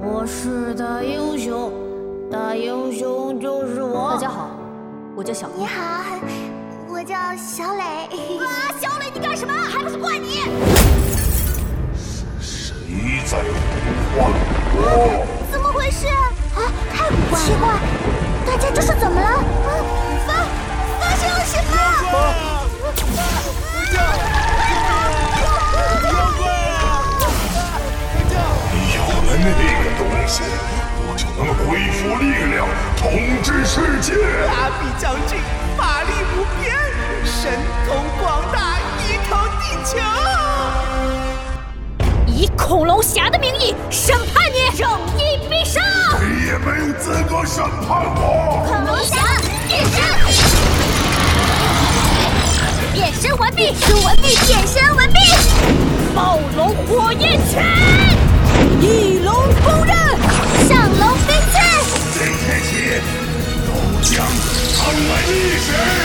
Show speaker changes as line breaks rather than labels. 我是大英雄，大英雄就是我。
大家好，我叫小
你
光。
好，我叫小磊。
啊，小磊，你干什么？还不是怪你！
你在呼唤我？
怎么回事？啊，太奇怪！大家这是怎么了？啊，发发生了什么？
你有了那个东西，我就能恢复力量，统治世界。
阿比将军法力无边，神通广大，一统地球。
以恐龙侠的名义审判你，正
啊
义必胜！
你也没有资格审判我！
恐龙侠变身，变身完毕，变身完毕，变身完毕！暴龙火焰拳，翼龙风刃，上龙飞刺。
今天起，都将成为历史。